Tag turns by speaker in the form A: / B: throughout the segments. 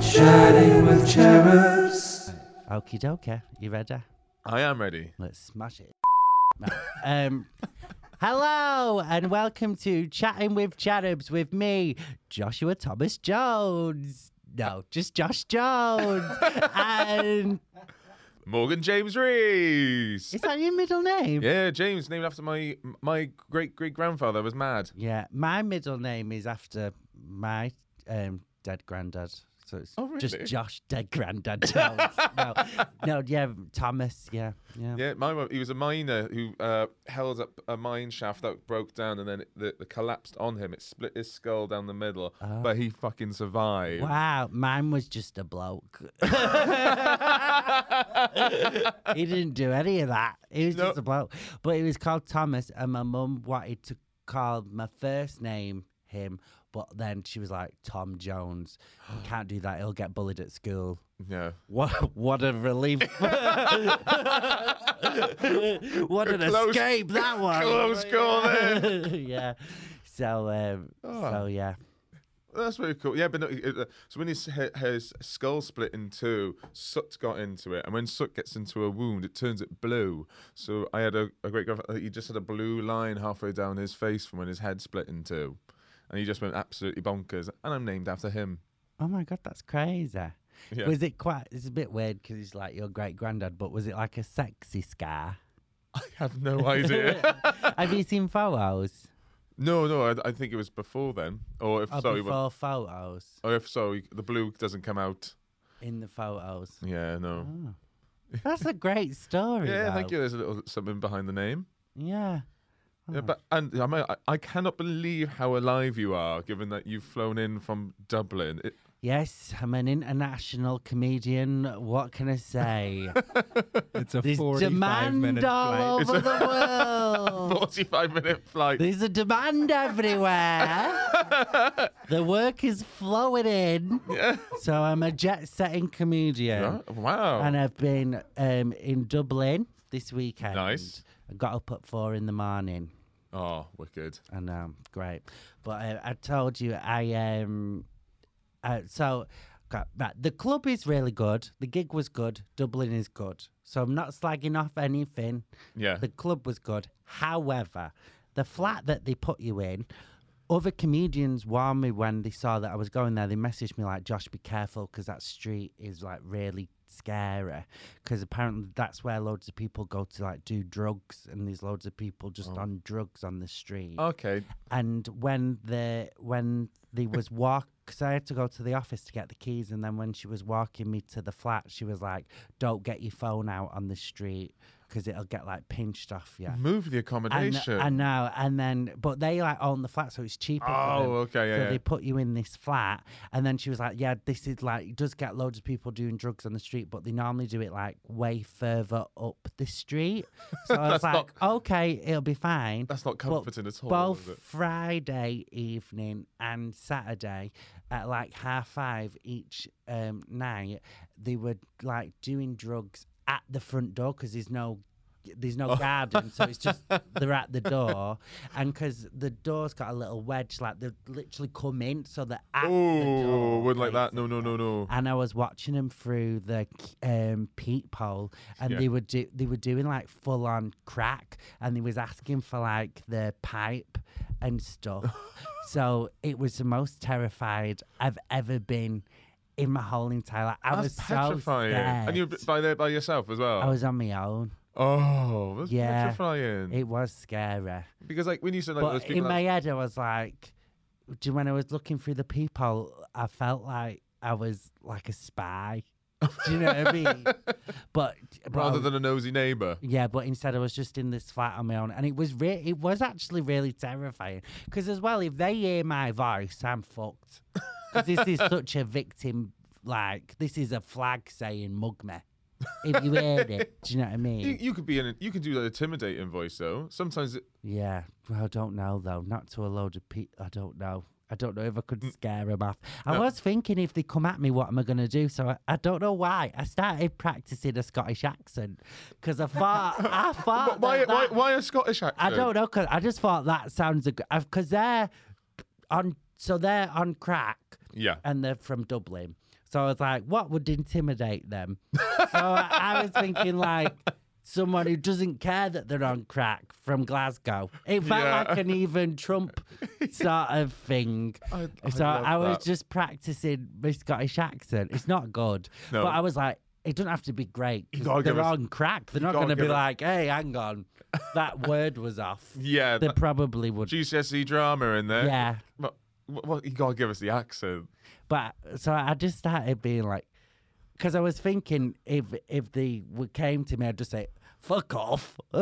A: Chatting with cherubs.
B: Okie dokie. You ready?
C: I am ready.
B: Let's smash it. No. um, hello and welcome to Chatting with Cherubs with me, Joshua Thomas Jones. No, just Josh Jones. and
C: Morgan James Reese.
B: is that your middle name?
C: Yeah, James, named after my my great great grandfather was mad.
B: Yeah, my middle name is after my um, dead granddad. So it's
C: Oh,
B: just
C: really?
B: Josh Dead Granddad Jones. no, no, yeah, Thomas, yeah, yeah.
C: Yeah, my mum- he was a miner who uh, held up a mine shaft that broke down and then it, the, the collapsed on him. It split his skull down the middle, but he fucking survived.
B: Oh. Wow, mine was just a bloke. he didn't do any of that. He was
C: No.
B: just a bloke. But he was called Thomas, and my mum wanted to call my first name him, but then she was like, Tom Jones. You can't do that. He'll get bullied at school.
C: Yeah.
B: What, what a relief. what an
C: Close-
B: escape that was.
C: close call there.
B: yeah. So, um, so yeah.
C: That's very cool. Yeah, but no, it- it- so when his, he- his skull split in two, soot got into it, and when soot gets into a wound, it turns it blue. So I had a, a great grandfather. He just had a blue line halfway down his face from when his head split in two, and he just went absolutely bonkers. And I'm named after him.
B: Oh my god, that's crazy.
C: Yeah.
B: Was it quite? It's a bit weird because he's like your great granddad, but was it like a sexy scar?
C: I have no idea.
B: Have you seen photos?
C: no, no, I, I think it was before then, or if
B: Or
C: sorry,
B: before photos
C: or if so, the blue doesn't come out.
B: in the photos.
C: Yeah, no.
B: That's a great story.
C: Yeah, thank
B: though.
C: you. There's a little something behind the name.
B: Yeah.
C: Yeah,
B: Oh.
C: but and I, mean, I, I cannot believe how alive you are, given that you've flown in from Dublin. It,
B: Yes, I'm an international comedian. What can I say?
D: It's a
B: There's
D: 45
B: demand
D: minute
B: all
D: flight.
B: over the world.
C: Forty-five minute flight.
B: There's a demand everywhere. the work is flowing in. So I'm a jet setting comedian.
C: Yeah, Wow.
B: And I've been um, in Dublin this weekend.
C: Nice.
B: I got up at four in the morning
C: oh, wicked.
B: and um, great. But uh, I told you, I um, uh, so got right. The club is really good. The gig was good. Dublin is good. So I'm not slagging off anything.
C: Yeah.
B: The club was good. However, the flat that they put you in. Other comedians warned me when they saw that I was going there. They messaged me like, "Josh, be careful, because that street is like really scary. Because apparently that's where loads of people go to like do drugs, and there's loads of people just on drugs on the street."
C: Okay.
B: and when the when they was walk because i had to go to the office to get the keys and then when she was walking me to the flat she was like don't get your phone out on the street because it'll get like pinched off you
C: Move the
B: and,
C: accommodation.
B: I know, and then but they like own the flat, so it's cheaper.
C: Oh,
B: for them.
C: okay, yeah,
B: So
C: yeah.
B: they put you in this flat, and then she was like, "Yeah, this is like it does get loads of people doing drugs on the street, but they normally do it like way further up the street." So I was
C: That's
B: like, "Okay, it'll be fine."
C: That's not
B: But
C: comforting at all,
B: Both
C: is it?
B: Friday evening and Saturday at like half five each um, night, they were like doing drugs at the front door because there's no there's
C: Oh.
B: no garden, so it's just they're at the door, and because the door's got a little wedge, like they literally come in, so they're at the
C: oh,
B: door.
C: would like that?
B: basically.
C: No, no, no, no.
B: And I was watching them through the um, peephole, and
C: Yeah.
B: they were do- they were doing like full on crack, and they was asking for like the pipe and stuff. so it was the most terrified I've ever been in my whole entire life. I was
C: That's petrifying.
B: so scared.
C: and you were by there by yourself as well.
B: I was on my own.
C: oh, that's
B: Yeah.
C: petrifying.
B: It was scary.
C: because like when you said like those
B: But in
C: people.
B: my
C: that-
B: head, I was like, do, when I was looking through the people, I felt like I was like a spy. Do you know what I mean? But, but I
C: rather
B: was-
C: than a nosy neighbour.
B: yeah, but instead I was just in this flat on my own, and it was re- it was actually really terrifying. Because as well, if they hear my voice, I'm fucked. 'Cause this is such a victim. Like this is a flag saying mug me. If you heard it, do you know what I
C: You,
B: mean?
C: you could be in. A, you could do an intimidating voice though. Sometimes it,
B: Yeah, well, I don't know though. Not to a load of people. I don't know. I don't know if I could
C: Mm.
B: scare them off. I was thinking if they come at me, what am I going to do? So I, I don't know why. I started practicing a Scottish accent because I thought, I thought,
C: why,
B: that
C: why,
B: that-
C: why a Scottish accent?
B: I don't know. Cause I just thought that sounds because they're on, so they're on crack,
C: Yeah.
B: and they're from Dublin. So I was like, what would intimidate them? so I was thinking like someone who doesn't care that they're on crack from Glasgow. It felt
C: Yeah.
B: like an even Trump sort of thing.
C: I- I
B: so
C: love
B: I was
C: that.
B: just practicing my Scottish accent. It's not good,
C: No.
B: but I was like. It doesn't have to be great. 'cause
C: gotta give
B: They're
C: us-
B: on crack. They're not
C: gotta
B: going to be
C: give us-
B: like, "Hey, hang on, that word was off."
C: Yeah.
B: They
C: that
B: probably would.
C: GCSE E drama in there.
B: Yeah.
C: But, well, you gotta give us the accent.
B: But so I just started being like, because I was thinking if if they w- came to me, I'd just say, "Fuck off,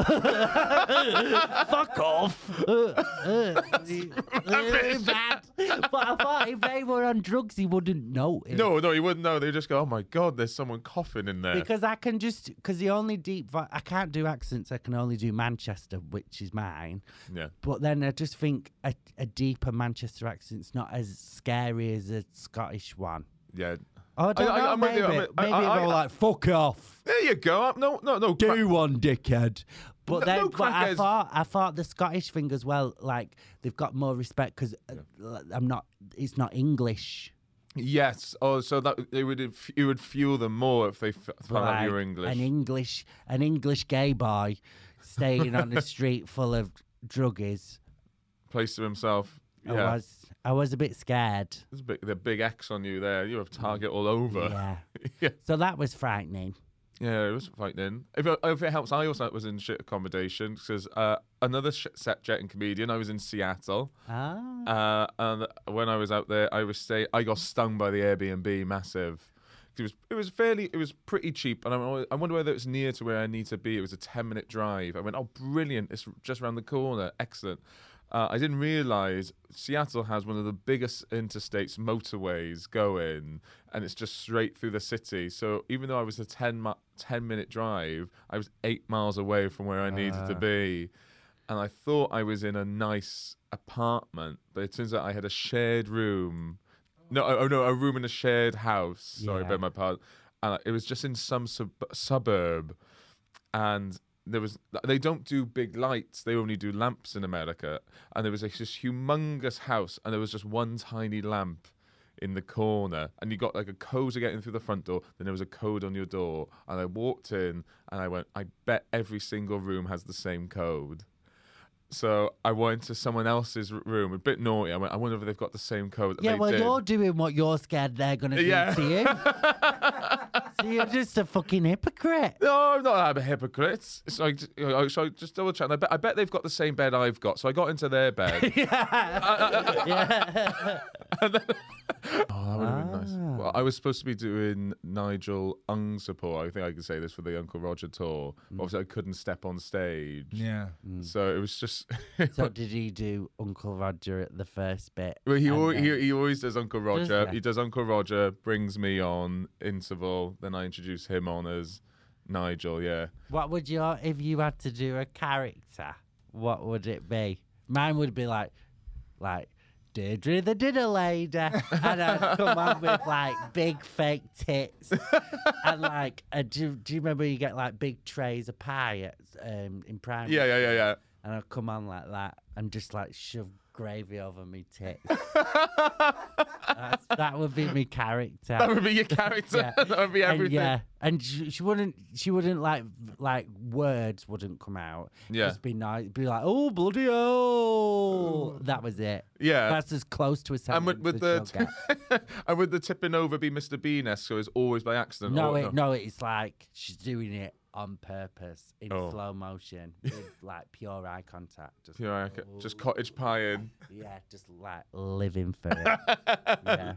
B: fuck off." Uh, uh, really bad. But I thought if they were on drugs, he wouldn't notice.
C: No, no, you wouldn't know. They just go, "Oh my god, there's someone coughing in there."
B: Because I can just because the only deep vo- I can't do accents. I can only do Manchester, which is mine.
C: yeah.
B: But then I just think a, a deeper Manchester accent's not as scary as a Scottish one.
C: Yeah.
B: Oh, I don't
C: I-
B: know.
C: I'm with
B: maybe
C: you, I'm with- I-
B: maybe
C: I-
B: they're
C: I-
B: like, "Fuck off,
C: There you go. No, no, no.
B: do
C: cra-
B: one, dickhead." But
C: No-
B: then,
C: no
B: but I
C: crackers.
B: thought, I thought the Scottish thing as well. Like they've got more respect because I'm not. It's not English.
C: Yes. Oh, so that it would inf- it would fuel them more if they f- found out you were
B: like
C: English.
B: An English, an English gay boy staying on the street full of druggies.
C: Place to himself.
B: I
C: Yeah.
B: was, I was a bit scared.
C: There's a big, the big X on you there. You have target all over.
B: Mm. yeah.
C: Yeah.
B: So that was frightening.
C: Yeah, it was frightening. If it, if it helps, I also was in shit accommodation because uh, another sh- set jet and comedian. I was in Seattle,
B: Ah.
C: uh, and when I was out there, I was stay. I got stung by the Airbnb massive. 'Cause It was it was fairly it was pretty cheap, and I, wa- I wonder whether it's near to where I need to be. It was a ten minute drive. I went, oh, brilliant! It's just around the corner. Excellent. Uh, I didn't realize Seattle has one of the biggest interstates motorways going, and it's just straight through the city. So even though I was a 10, mi- 10 minute drive, I was eight miles away from where I needed to be. And I thought I was in a nice apartment, but it turns out I had a shared room. No, oh no, a room in a shared house. Sorry,
B: Yeah.
C: beg my pardon. And it was just in some sub- suburb and there was they don't do big lights they only do lamps in america and there was like this humongous house and there was just one tiny lamp in the corner and you got like a code to get in through the front door then there was a code on your door and i walked in and i went i bet every single room has the same code so i went to someone else's r- room a bit naughty i went i wonder if they've got the same code and
B: Yeah,
C: they
B: well,
C: did.
B: you're doing what you're scared they're going to
C: Yeah.
B: do to you. so you're just a fucking hypocrite.
C: No, I'm not a hypocrite. So I, you know, so I just double check. and I bet, I bet they've got the same bed I've got. So I got into their bed. oh, that would have been
B: Ah.
C: nice. Well, I was supposed to be doing Nigel Ung support. I think I can say this for the Uncle Roger tour.
B: Mm.
C: But obviously, I couldn't step on stage.
A: Yeah.
C: So it was just.
B: So did he do Uncle Roger at the first bit?
C: Well, he,
B: and
C: al-
B: then-
C: he he always does Uncle Roger.
B: he?
C: He does Uncle Roger, brings me on interval, then I introduce him on as Nigel. Yeah,
B: What would your if you had to do a character? What would it be? Mine would be like, like Deirdre the Dinner Lady, and I'd come on with like big fake tits, and like, a, do, do you remember you get like big trays of pie at, um, in primary?
C: yeah, yeah, yeah, yeah.
B: and I'll come on like that and just like shove gravy over me tits. That's, that would be my character.
C: That would be your character.
B: Yeah.
C: that would be
B: and
C: everything.
B: yeah, and she, she wouldn't, she wouldn't like, like words wouldn't come out.
C: Yeah.
B: just be nice, be like, oh bloody oh, that was it.
C: Yeah.
B: that's as close to a
C: And
B: sentence.
C: would, would
B: as you'll
C: the
B: get.
C: and would the tipping over be Mr. Bean esque? So it's always by accident.
B: no,
C: or-
B: it, no, it's like she's doing it on purpose in
C: Oh.
B: slow motion with like pure eye contact. Just
C: Here I ca- just cottage pie in.
B: Yeah, just like living for it. yeah.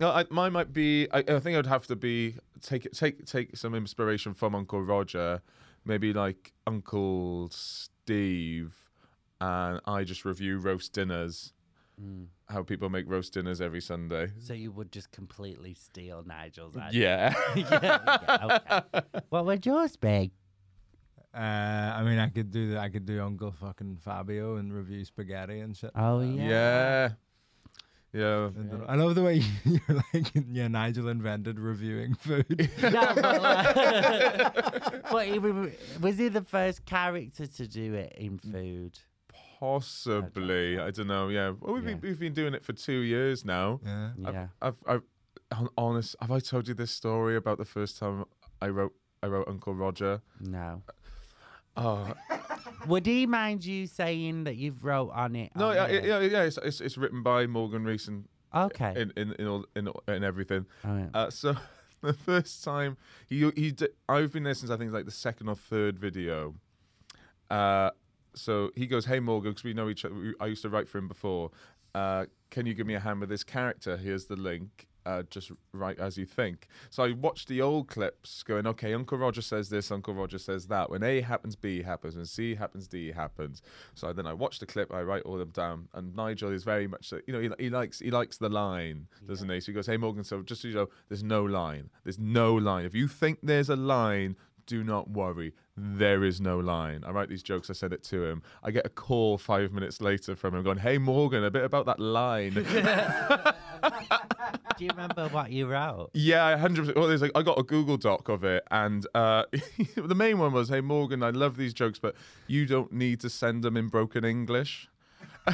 C: No, I, mine might be. I, I think I'd have to be take take take some inspiration from Uncle Roger, maybe like Uncle Steve, and I just review roast dinners.
B: Mm.
C: How people make roast dinners every Sunday.
B: So you would just completely steal Nigel's idea.
C: Yeah.
B: yeah, okay. What would yours be?
A: Uh, I mean, I could do that. I could do Uncle fucking Fabio and review spaghetti and shit.
B: Oh yeah.
C: yeah. Yeah.
A: I don't know. I love the way you're like, yeah, Nigel invented reviewing food.
B: No, but, uh,
C: Mm.
B: like- but he, re- was he the first character to do it in food?
C: Possibly, I don't know. Yeah, well, we've, been,
B: Yeah.
C: we've been doing it for two years now.
A: Yeah.
B: Yeah.
C: I've, I've, hon- honest, have I told you this story about the first time I wrote, I wrote Uncle Roger?
B: No.
C: Oh,
B: Would he mind you saying that you've wrote on it?
C: no,
B: on
C: yeah,
B: here?
C: yeah, yeah. It's, it's, it's written by Morgan Rees and
B: Okay.
C: in, in, in, all, in, all- in everything.
B: All right.
C: Uh, so the first time he he did, I've been there since I think like the second or third video. Uh, so he goes, "Hey Morgan, because we know each other. we- I used to write for him before. Uh, can you give me a hand with this character? Here's the link. Uh, just write as you think." So I watched the old clips, going, "Okay, Uncle Roger says this. Uncle Roger says that. When A happens, B happens. When C happens, D happens." So then I watch the clip. I write all them down. And Nigel is very much, you know, he, he likes he likes the line, doesn't he? So he goes, "Hey Morgan, so just so you know, there's no line. There's no line. If you think there's a line, do not worry. There is no line. I write these jokes. I send it to him. I get a call five minutes later from him going, "Hey Morgan, a bit about that line."
B: Do you remember what you wrote?
C: Yeah, hundred percent. Well, there's like I got a Google Doc of it, and uh, the main one was, "Hey Morgan, I love these jokes, but you don't need to send them in broken English."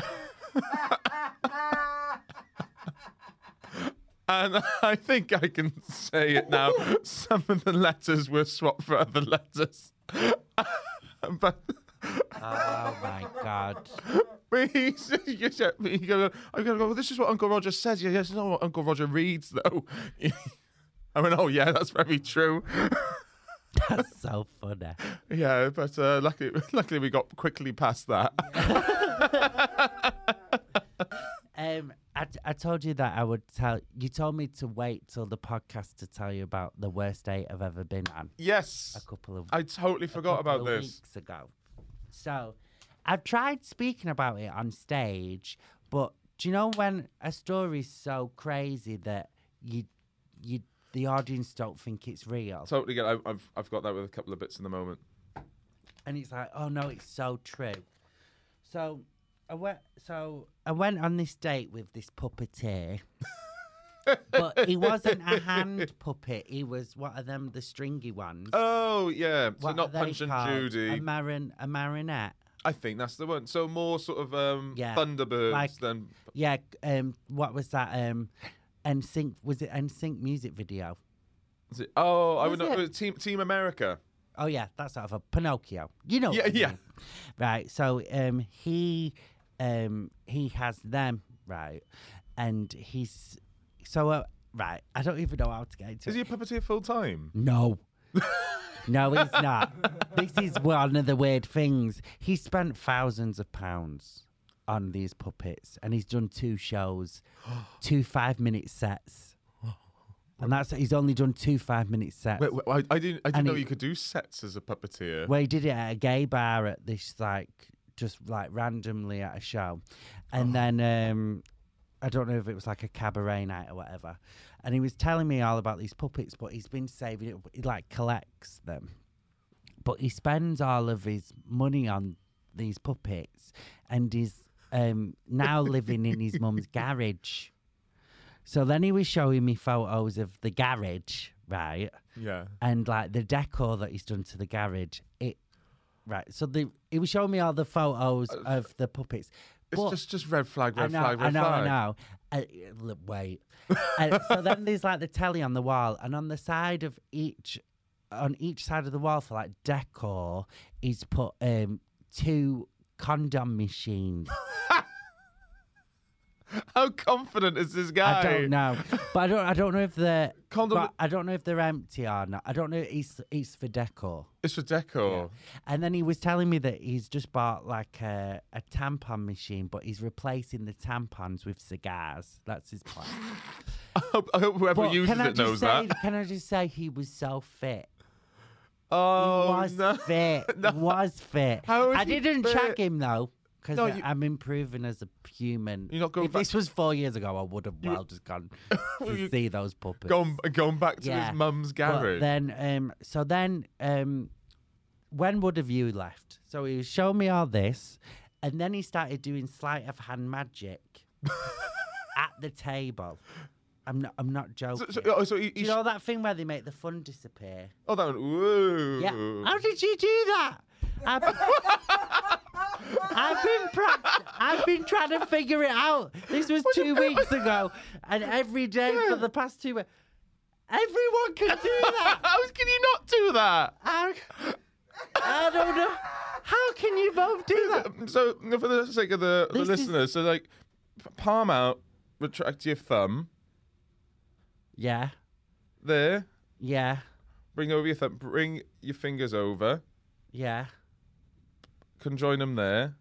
C: and I think I can say it now. Some of the letters were swapped for other letters, but.
B: Oh my god.
C: But he's, you said- you go, I go, well, this is what Uncle Roger says. Yeah, yes, not what Uncle Roger reads, though. I went, oh, yeah, that's very true.
B: That's so funny.
C: yeah, but uh, luckily, luckily we got quickly past that.
B: Um, I, I told you that I would tell. You told me to wait till the podcast to tell you about the worst date I've ever been on. A
C: yes,
B: couple of
C: I totally forgot
B: couple
C: about
B: of
C: this.
B: weeks ago. So, I've tried speaking about it on stage, but do you know when a story's so crazy that you, you, the audience don't think it's real,
C: Totally get. I, I've I've got that with a couple of bits in the moment.
B: and it's like, oh no, it's so true. So, I went. So I went on this date with this puppeteer. but he wasn't a hand puppet. He was what are them the stringy ones?
C: Oh yeah, so
B: What
C: not
B: are they
C: Punch and
B: called?
C: Judy.
B: A marin, a marinette.
C: I think that's the one. So more sort of um,
B: Yeah,
C: Thunderbirds
B: like-
C: than
B: Yeah, c- um, what was that? Um, NSYNC was it NSYNC music video?
C: is it- oh, I would
B: Was
C: not.
B: it?
C: Team Team America.
B: Oh yeah, that's sort of a Pinocchio. You know. what
C: Yeah,
B: I
C: yeah.
B: mean. Right. So um, he um, he has them right, and he's so uh, right. I don't even know how to get into.
C: Is
B: it.
C: he a puppeteer full time?
B: No. no, he's not. This is one of the weird things. He spent thousands of pounds on these puppets and he's done two shows, two five minute sets. And that's he's only done two five minute sets.
C: Wait, wait, I, I didn't. I didn't
B: And
C: know
B: he-
C: you could do sets as a puppeteer.
B: Well, he did it at a gay bar at this like just like randomly at a show, and then um, I don't know if it was like a cabaret night or whatever. And he was telling me all about these puppets, but he's been saving it. He like collects them, but he spends all of his money on these puppets, and he's um, now living in his mum's garage. So then he was showing me photos of the garage, right?
C: Yeah.
B: and like the decor that he's done to the garage. It right. So the he was showing me all the photos of the puppets.
C: It's
B: But-
C: just just red flag,
B: I
C: red
B: know,
C: flag, red
B: I know,
C: flag.
B: I know. Uh, look, wait. Uh, so then there's like the telly on the wall, and on the side of each, on each side of the wall for like decor, is put um two condom machines.
C: How confident is this guy?
B: I don't know, but I don't, I don't know if they're
C: Condom-
B: but I don't know if they're empty or not. I don't know. It's it's for decor.
C: It's for decor.
B: And then he was telling me that he's just bought like a, a tampon machine, but he's replacing the tampons with cigars. That's his plan.
C: I, hope, I hope whoever
B: But
C: uses
B: can I
C: it
B: just
C: knows
B: say,
C: that.
B: Can I just say he was so fit? He
C: Oh
B: was
C: no!
B: fit. Was fit.
C: How is
B: I
C: he
B: didn't
C: fit?
B: check him though. Because
C: No, you-
B: I'm improving as a human.
C: You're not going
B: if
C: back-
B: this was four years ago, I would have well just gone to
C: you-
B: see those puppets.
C: Going going back to his mum's garage.
B: But then, um, so then, um, when would have you left? So he was showing me all this, and then he started doing sleight of hand magic at the table. I'm not. I'm not
C: so,
B: joking.
C: so, oh, so he,
B: Do
C: he
B: you
C: sh-
B: know that thing where they make the fun disappear?
C: oh, that one. Whoa.
B: Yeah. How did you do that? I, I've been prac- I've been trying to figure it out. This was two weeks ago, and every day for the past two weeks, everyone can do that.
C: How can you not do that?
B: I, I don't know. How can you both do that?
C: So, for the sake of the, the
B: This is-
C: listeners, so like, f- palm out, retract your thumb
B: Yeah,
C: there,
B: yeah,
C: bring over your thumb, bring your fingers over,
B: yeah.
C: conjoin them there.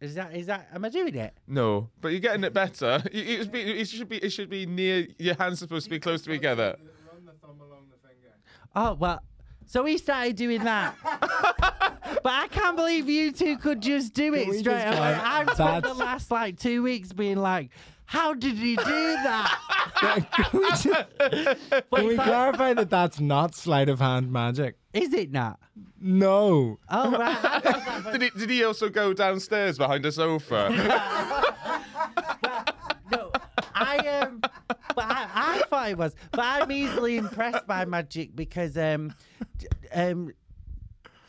B: Is that is that? Am I doing it?
C: No, but you're getting it better. You- It, should be, it should be it should be near. Your hands supposed to be close together.
A: Run the thumb along the finger.
B: Oh well. So he started doing that. but I can't believe you two could just do it
A: we
B: straight
A: just
B: away.
A: go,
B: I've spent the
A: "That's-
B: last like two weeks being like, how did he do that?
A: can we, just-
B: But
A: can we
B: it's like,
A: clarify that that's not sleight of hand magic?
B: is it not?
A: No.
B: Oh right. I thought that was-
C: Did he, did he also go downstairs behind a sofa?
B: no, I am. but I, I thought it was. But I'm easily impressed by magic because um, d- um,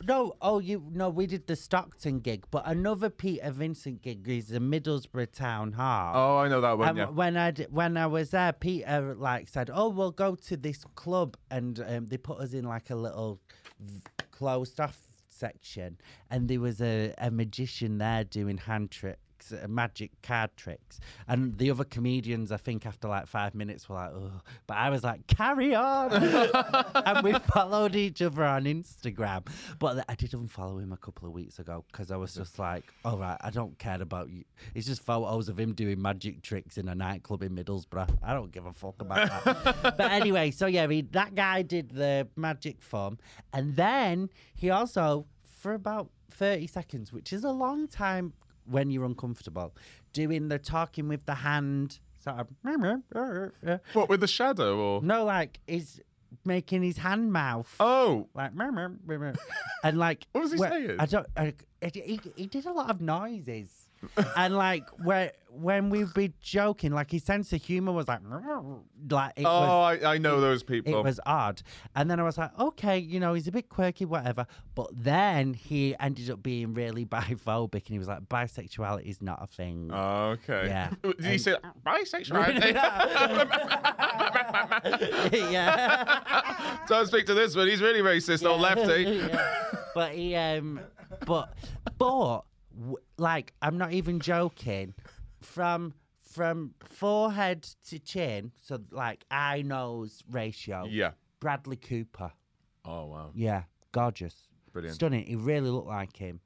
B: no, oh you no, we did the Stockton gig, but another Peter Vincent gig is the Middlesbrough Town Hall.
C: oh, I know that one.
B: And
C: Yeah.
B: w- when I d- when I was there, Peter like said, "Oh, we'll go to this club," and um, they put us in like a little v- closed off section, and there was a, a magician there doing hand tricks, uh, magic card tricks, and the other comedians, I think, after like five minutes, were like, "Oh," but I was like, "Carry on," and we followed each other on Instagram. But th- I did unfollow him a couple of weeks ago because I was just like, "All right, I don't care about you." It's just photos of him doing magic tricks in a nightclub in Middlesbrough. I don't give a fuck about that. but anyway, so yeah, he, that guy did the magic form, and then he also, for about thirty seconds, which is a long time when you're uncomfortable, doing the talking with the hand. Sort of,
C: What with the shadow or?
B: no, like he's making his hand mouth
C: Oh,
B: like "Meow, meow, meow, meow." and like
C: What was he
B: where-
C: saying?
B: I don't. I, it- he, he did a lot of noises, and like where when we'd be joking, like his sense of humor was like "Meow, meow, meow," like it
C: oh,
B: was
C: I, I know those people.
B: it was odd. And then I was like, okay, you know, he's a bit quirky, whatever. But then he ended up being really biphobic, and he was like, bisexuality is not a thing.
C: Oh, okay.
B: Yeah.
C: Did he
B: And-
C: say bisexual?
B: yeah.
C: Don't speak to this one. He's really racist, old lefty.
B: Yeah. But he, um, but, but, w- like, I'm not even joking. From from forehead to chin, so like eye nose ratio.
C: Yeah.
B: Bradley Cooper.
C: Oh wow.
B: Yeah, gorgeous,
C: Brilliant.
B: stunning. He really looked like him.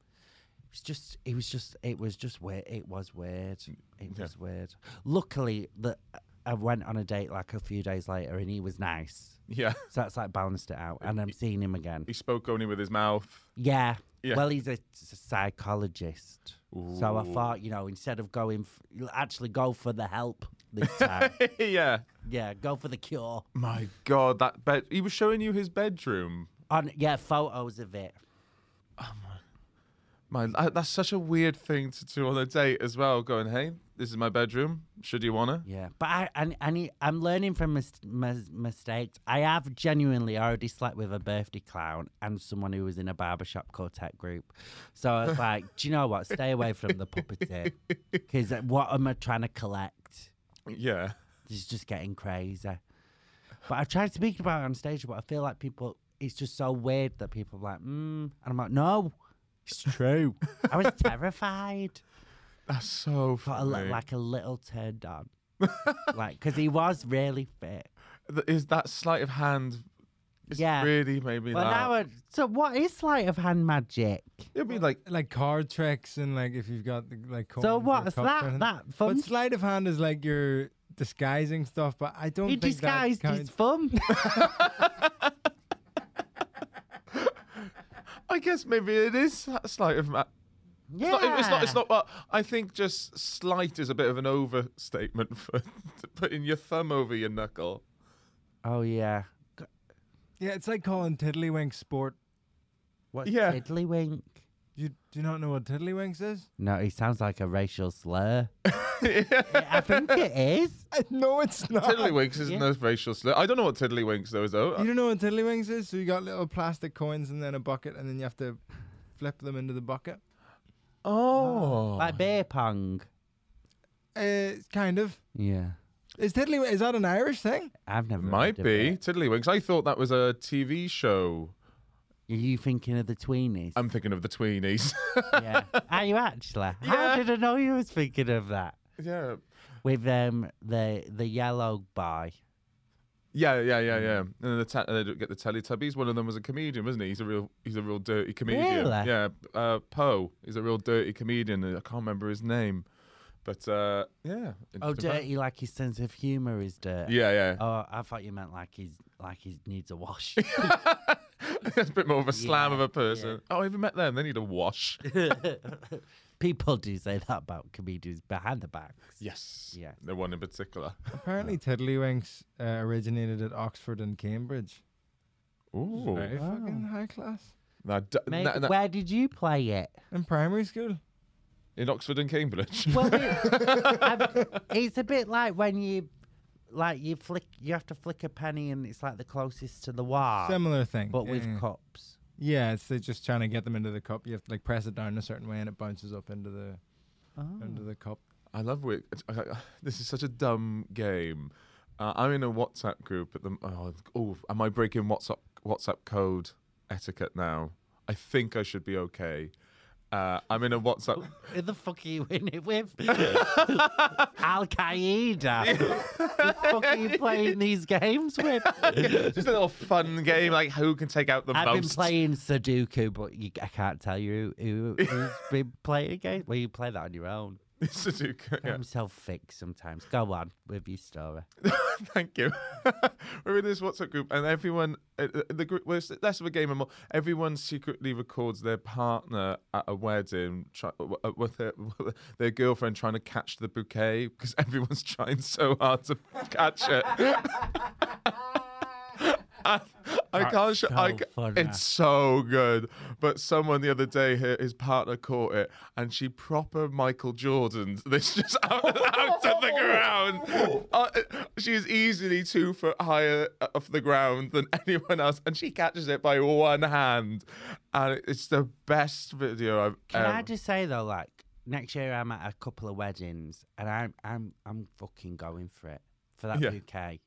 B: It's just, it was just, it was just weird. It was weird. It was weird. Luckily, that I went on a date like a few days later, and he was nice.
C: Yeah.
B: So that's like balanced it out, and I'm seeing him again.
C: He spoke only with his mouth.
B: Yeah.
C: Yeah.
B: Well, he's a s- psychologist. So I thought, you know, instead of going, f- you'll actually go for the help this time.
C: yeah.
B: yeah, go for the cure.
C: My God, that bed. He was showing you his bedroom.
B: On yeah, photos of it.
C: My, I- that's such a weird thing to do on a date as well. Going, hey, this is my bedroom. Should you wanna?
B: Yeah, but I and I, need- I'm learning from mis- mis- mistakes. I have genuinely already slept with a birthday clown and someone who was in a barbershop quartet group. So I was like, do you know what? Stay away from the puppeteer because what am I trying to collect?
C: Yeah.
B: It's just getting crazy. But I tried speaking about it on stage, but I feel like people, it's just so weird that people are like, mm, and I'm like, no, it's true. I was terrified.
C: That's so
B: Got a, li-
C: funny.
B: like a little turned on. like, because he was really fit.
C: Th- is that sleight of hand? It's
B: Yeah.
C: Really made me
B: Well,
C: laugh.
B: now, it- so what is sleight of hand magic?
C: It'd be like
A: Like card tricks and like if you've got the, like.
B: So
A: coins or
B: what's
A: cups or
B: that?
A: anything.
B: That
A: But
B: fun?
A: sleight of hand is like you're disguising stuff, but I don't
B: He
A: think
B: disguised
A: that
B: his
A: counts.
B: thumb.
C: I guess maybe it is a sleight of ma-
B: yeah.
C: It's not. It's not. It's not what I think. Just slight is a bit of an overstatement for putting your thumb over your knuckle.
B: Oh, yeah.
A: Yeah, it's like calling tiddlywink sport.
B: What's
C: Yeah.
B: tiddlywink?
A: You do you not know what Tiddlywinks is?
B: No, it sounds like a racial slur. I think it is.
A: no, it's not.
C: Tiddlywinks isn't
B: Yeah.
C: a racial slur. I don't know what tiddlywinks though is though.
A: You don't know what Tiddlywinks is? So you got little plastic coins and then a bucket, and then you have to flip them into the bucket.
C: oh,
B: Like beer pong.
A: Uh, kind of.
B: Yeah.
A: Is Tiddly is that an Irish thing?
B: I've never.
C: might
B: heard of
C: be
B: it.
C: tiddlywinks. I thought that was a TV show.
B: Are you thinking of the tweenies?
C: I'm thinking of the Tweenies.
B: yeah. Are you actually? How
C: Yeah.
B: did I know you was thinking of that?
C: yeah,
B: With um the the yellow boy.
C: yeah, yeah, yeah,
B: Mm.
C: yeah. And then the ta- they get the Teletubbies. One of them was a comedian, wasn't he? He's a real, he's a real dirty comedian.
B: Really?
C: Yeah, uh, Poe. He's a real dirty comedian. I can't remember his name, but uh, yeah.
B: Oh,
C: interesting fact.
B: dirty! Like his sense of humor is dirty.
C: Yeah, yeah.
B: Oh, I thought you meant like he's like he needs a wash.
C: That's a bit more of a slam
B: Yeah,
C: of a person. Oh, I even met them. They need a wash.
B: People do say that about comedians behind the backs.
C: Yes.
B: Yeah.
C: The one in particular.
A: Apparently, Tiddlywinks uh, originated at Oxford and Cambridge.
C: Ooh.
A: Very fucking high class.
C: Now, d-
B: Mate,
C: na- na-
B: where did you play it?
A: In primary school,
C: in Oxford and Cambridge.
B: Well, it- I've- it's a bit like when you, like you flick, you have to flick a penny, and it's like the closest to the wall,
A: similar thing.
B: Ah. but with
A: yeah.
B: cups.
A: Yeah, it's they're just trying to get them into the cup. You have to like press it down a certain way, and it bounces up into the
B: Oh.
A: into the cup.
C: I love Wick. This is such a dumb game. Uh, I'm in a WhatsApp group at the. Oh, oh, am I breaking WhatsApp WhatsApp code etiquette now? I think I should be okay. Uh, I'm in a WhatsApp.
B: Who the fuck are you in it with? Al Qaeda. Who the fuck are you playing these games with?
C: just a little fun game, like who can take out the
B: I've been
C: most.
B: playing Sudoku, but you, I can't tell you who, who, who's been playing a game. Well, you play that on your own.
C: Sudoku, yeah.
B: I'm so fixed sometimes. Go on with your story.
C: Thank you. We're in this WhatsApp group, and everyone, uh, uh, the group, well, it's less of a game and more. Everyone secretly records their partner at a wedding try, uh, with their, their girlfriend trying to catch the bouquet because everyone's trying so hard to catch it. I, I can't. Sh- I,
B: so
C: ca-
B: funny.
C: it's so good. But someone the other day, her, his partner caught it, and she proper Michael Jordan. This just out, out of the ground. Uh, she is easily two foot higher uh, off the ground than anyone else, and she catches it by one hand, and it's the best video I've
B: Can
C: ever.
B: I just say though, like next year I'm at a couple of weddings and I'm I'm I'm fucking going for it for that
C: Yeah.
B: bouquet.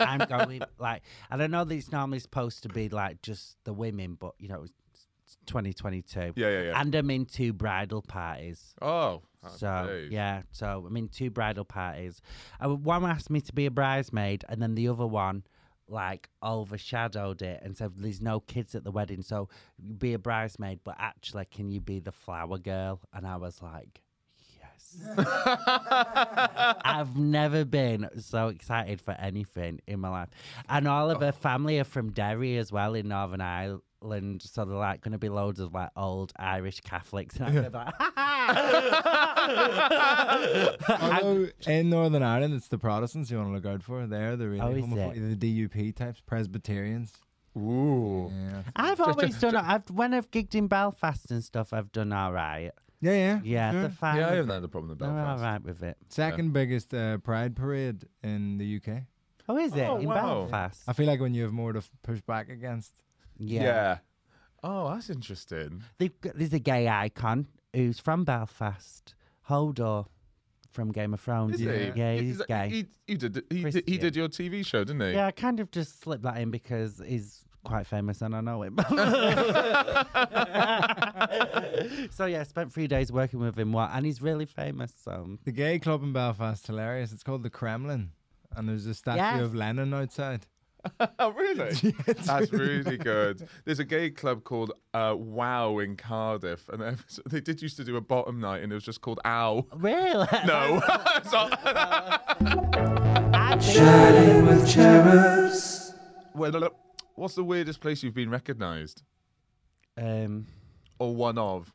B: I'm going like, and I know that it's normally supposed to be like just the women, but you know, it's 2022.
C: Yeah, yeah, yeah.
B: And I'm in two bridal parties.
C: oh, happy
B: So
C: days.
B: yeah, so I'm in two bridal parties. Uh, One asked me to be a bridesmaid, and then the other one like overshadowed it and said, "There's no kids at the wedding, so be a bridesmaid, but actually, can you be the flower girl?" And I was like, "Yes." I've never been so excited for anything in my life, and all of her family are from Derry as well in Northern Ireland. So they're like going to be loads of like old Irish Catholics, and I'm gonna be like,
A: Although in Northern Ireland, it's the Protestants you want to look out for. They're the really
B: Oh, is
A: homophobic, the DUP types, Presbyterians.
C: Ooh.
A: Yeah,
B: I've always done. I've when I've gigged in Belfast and stuff, I've done all right.
A: yeah, yeah.
B: Yeah,
A: sure.
B: the fan.
C: Yeah, I haven't had a problem with
B: they're Um, all
C: Belfast.
B: right with it.
A: Second biggest uh, pride parade in the UK.
B: Oh, is it
C: Oh,
B: in
C: wow.
B: Belfast?
A: I feel like when you have more to f- push back against.
B: Yeah.
C: yeah. Oh, that's interesting.
B: They've got, there's a gay icon who's from Belfast, Hodor, from Game of Thrones.
C: Is
B: yeah,
C: he?
B: yeah,
C: Is
B: he's
C: that-
B: gay.
C: He, he did. He, did- he
B: Christian.
C: did your TV show, didn't he?
B: yeah, I kind of just slipped that in because he's quite famous and I know him. so yeah, I spent three days working with him, What? and he's really famous. So
A: The gay club in Belfast, hilarious. It's called the Kremlin, and there's a statue
B: Yes.
A: of Lenin outside.
C: Oh, really? That's really good. There's a gay club called uh, Wow in Cardiff, and they- so they did used to do a bottom night, and it was just called Ow.
B: really,
C: No, So-
B: I think-
C: Well, what's the weirdest place you've been recognised
B: um.
C: or one of?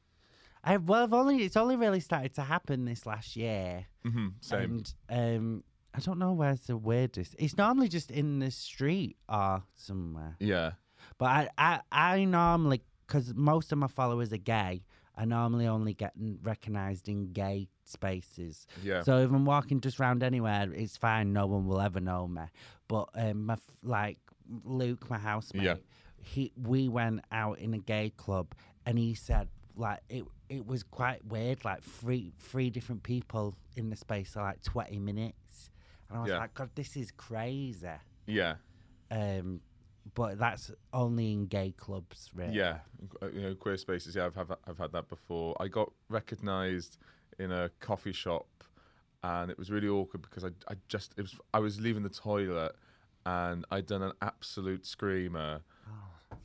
B: I well, I've only it's only really started to happen this last year,
C: hmm same.
B: and um, I don't know where's the weirdest. It's normally just in the street or somewhere,
C: yeah.
B: but I I, I normally because most of my followers are gay. I normally only get n- recognised in gay spaces.
C: Yeah.
B: So if I'm walking just round anywhere, it's fine. No one will ever know me. But um, my f- like Luke, my housemate,
C: Yeah.
B: he we went out in a gay club, and he said like it it was quite weird. Like three three different people in the space of like 20 minutes, and I was
C: Yeah.
B: like, God, this is crazy.
C: yeah.
B: Um, but that's only in gay clubs, really.
C: Yeah, in qu- uh, you know, queer spaces. Yeah, I've have, I've had that before. I got recognised in a coffee shop, and it was really awkward because I, I just it was I was leaving the toilet, and I'd done an absolute screamer.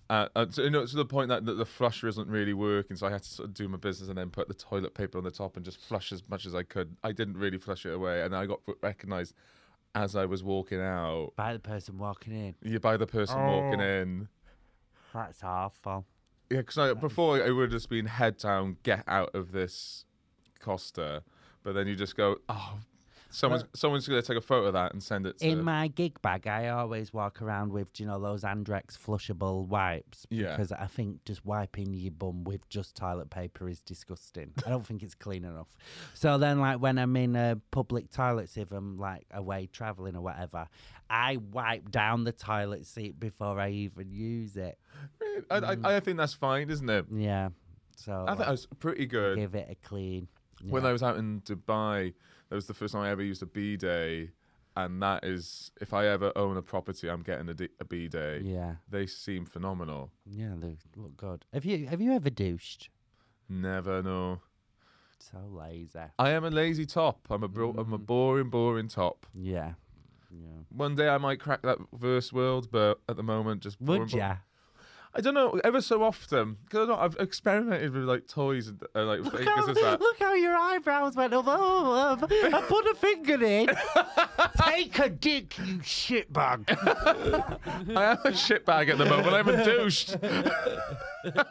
C: Uh, and so, you know, to the point that, that the flusher isn't really working, so I had to sort of do my business and then put the toilet paper on the top and just flush as much as I could. I didn't really flush it away, and I got recognised as I was walking out
B: By the person walking in.
C: yeah, by the person walking in.
B: That's awful.
C: Yeah, because before it would have just been head down, get out of this Costa, but then you just go, oh, someone's someone's gonna take a photo of that and send it to.
B: In my gig bag, I always walk around with, do you know, those Andrex flushable wipes.
C: Yeah.
B: Because I think just wiping your bum with just toilet paper is disgusting. I don't think it's clean enough. So then, like, when I'm in uh, public toilets, if I'm, like, away traveling or whatever, I wipe down the toilet seat before I even use it.
C: Eh, I,
B: Mm.
C: I, I think that's fine, isn't it?
B: Yeah. So
C: I thought that was pretty good.
B: give it a clean.
C: When
B: Yeah.
C: I was out in Dubai, that was the first time I ever used a B day, and that is if I ever own a property, I'm getting a, D, a B day.
B: Yeah,
C: They seem phenomenal.
B: yeah, they look good. Have you have you ever douched?
C: Never know.
B: So lazy.
C: I am a lazy top. I'm a bro- I'm a
B: Mm.
C: boring, boring top.
B: Yeah, yeah.
C: One day I might crack that verse world, but at the moment, just boring,
B: Would
C: boring.
B: ya?
C: I don't know. Ever so often, because I've experimented with like toys and uh, like
B: Look
C: things
B: how,
C: and that.
B: look how your eyebrows went up. Oh, um, I put a finger in. Take a dick, you shitbag.
C: I am a shitbag at the moment. I'm a douche.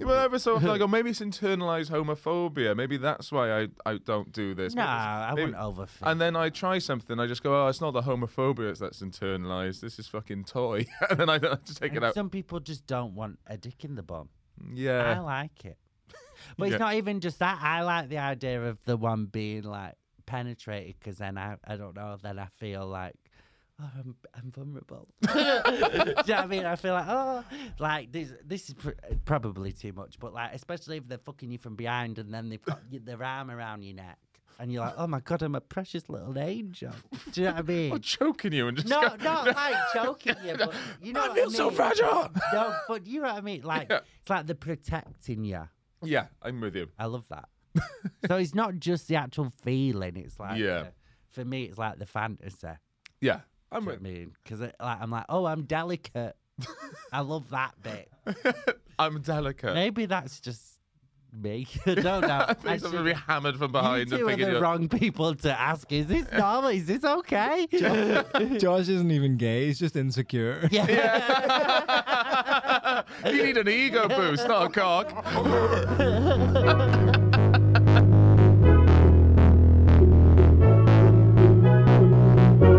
C: Well, ever so often I go, maybe it's internalized homophobia. Maybe that's why I, I don't do this.
B: No,
C: Maybe it's-
B: I
C: maybe-
B: wouldn't overthink.
C: And then I try something. I just go, oh, it's not the homophobia it's- that's internalized. This is fucking toy. and then I don't have to take
B: And
C: it out.
B: Some people just don't want a dick in the bum. I
C: Yeah.
B: like it. But
C: Yeah.
B: it's not even just that. I like the idea of the one being like penetrated because then I, I don't know, then I feel like, oh, I'm, I'm vulnerable. Do you know what I mean? I feel like, oh, like this this is pr- probably too much, but like, especially if they're fucking you from behind and then they've got y- their arm around your neck and you're like, oh my God, I'm a precious little angel. Do you know what I
C: I'm
B: mean?
C: choking you and just
B: No,
C: go,
B: not like joking you, but you know
C: I
B: what
C: feel
B: I
C: so
B: mean?
C: fragile.
B: No, but you know what I mean? Like,
C: Yeah.
B: it's like they're protecting you.
C: yeah, I'm with you.
B: I love that. so it's not just the actual feeling. It's like
C: Yeah.
B: the- for me, it's like the fantasy.
C: Yeah,
B: Do you know what I
C: I'm with
B: mean? Because like I'm like, oh, I'm delicate. I love that bit.
C: I'm delicate.
B: Maybe that's just me. uh, I don't know.
C: I think
B: Actually,
C: someone be hammered from
B: you
C: behind and
B: two are
C: thinking,
B: the
C: you're-
B: wrong people to ask. Is this normal? Is this okay? yeah.
A: Josh isn't even gay. He's just insecure.
C: you need an ego boost, not a cock.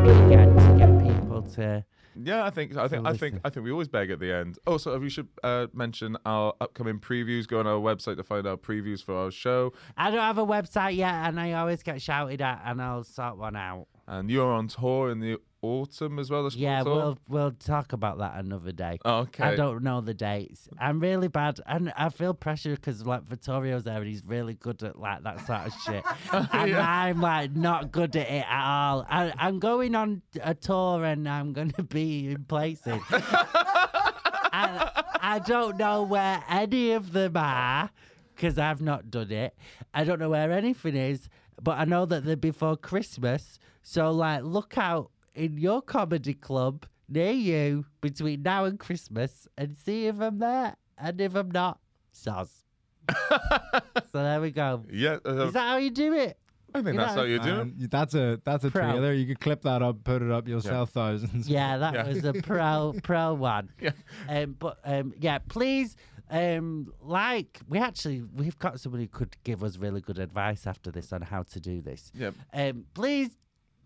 B: Again, to get people to.
C: yeah, I think I think I think
B: listen.
C: I think we always beg at the end. Also, we should uh, mention our upcoming previews. Go on our website to find out previews for our show.
B: I don't have a website yet, and I always get shouted at, and I'll sort one out.
C: And you are on tour in the autumn as well. The spring
B: Yeah,
C: tour?
B: we'll we'll talk about that another day.
C: Okay.
B: I don't know the dates. I'm really bad, and I feel pressure because like Vittorio's there, and he's really good at like that sort of shit, and I'm like not good at it at all. I, I'm going on a tour, and I'm gonna be in places. and I don't know where any of them are because I've not done it. I don't know where anything is, but I know that they're before Christmas. So, like, look out in your comedy club near you between now and Christmas and see if I'm there. And if I'm not, soz. so there we go.
C: Yeah, uh,
B: Is that how you do it?
C: I think
B: is
C: that's
B: that-
C: how you do it.
A: Man, that's a that's a
B: Proud.
A: trailer. You could clip that up, put it up. You'll sell thousands.
B: Yeah, that
C: Yeah.
B: was a pro pro one.
C: Yeah.
B: Um, but um, yeah, please um, like we actually we've got someone who could give us really good advice after this on how to do this.
C: Yep.
B: Um, please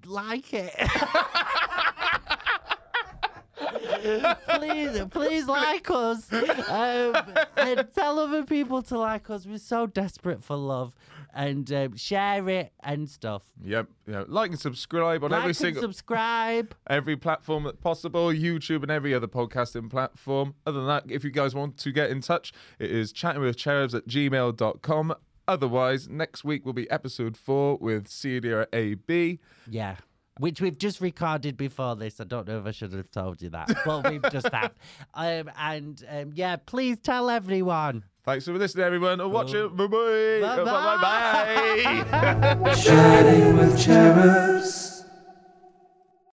B: like it. please, please like us um, and tell other people to like us. We're so desperate for love and um, share it and stuff.
C: Yep, yeah. Like and subscribe on
B: like
C: every
B: and
C: single
B: subscribe.
C: every platform that possible, YouTube and every other podcasting platform. Other than that, if you guys want to get in touch, it is chattingwithcherubs at gmail.com. Otherwise, next week will be episode four with Celia AB.
B: Yeah. Which we've just recorded before this. I don't know if I should have told you that, but we've just have. Um, and um, yeah, please tell everyone.
C: Thanks for listening, everyone, and watching. Bye bye. Bye bye.
B: Oh. Bye-bye.
C: Bye bye.
D: Chatting with cherubs.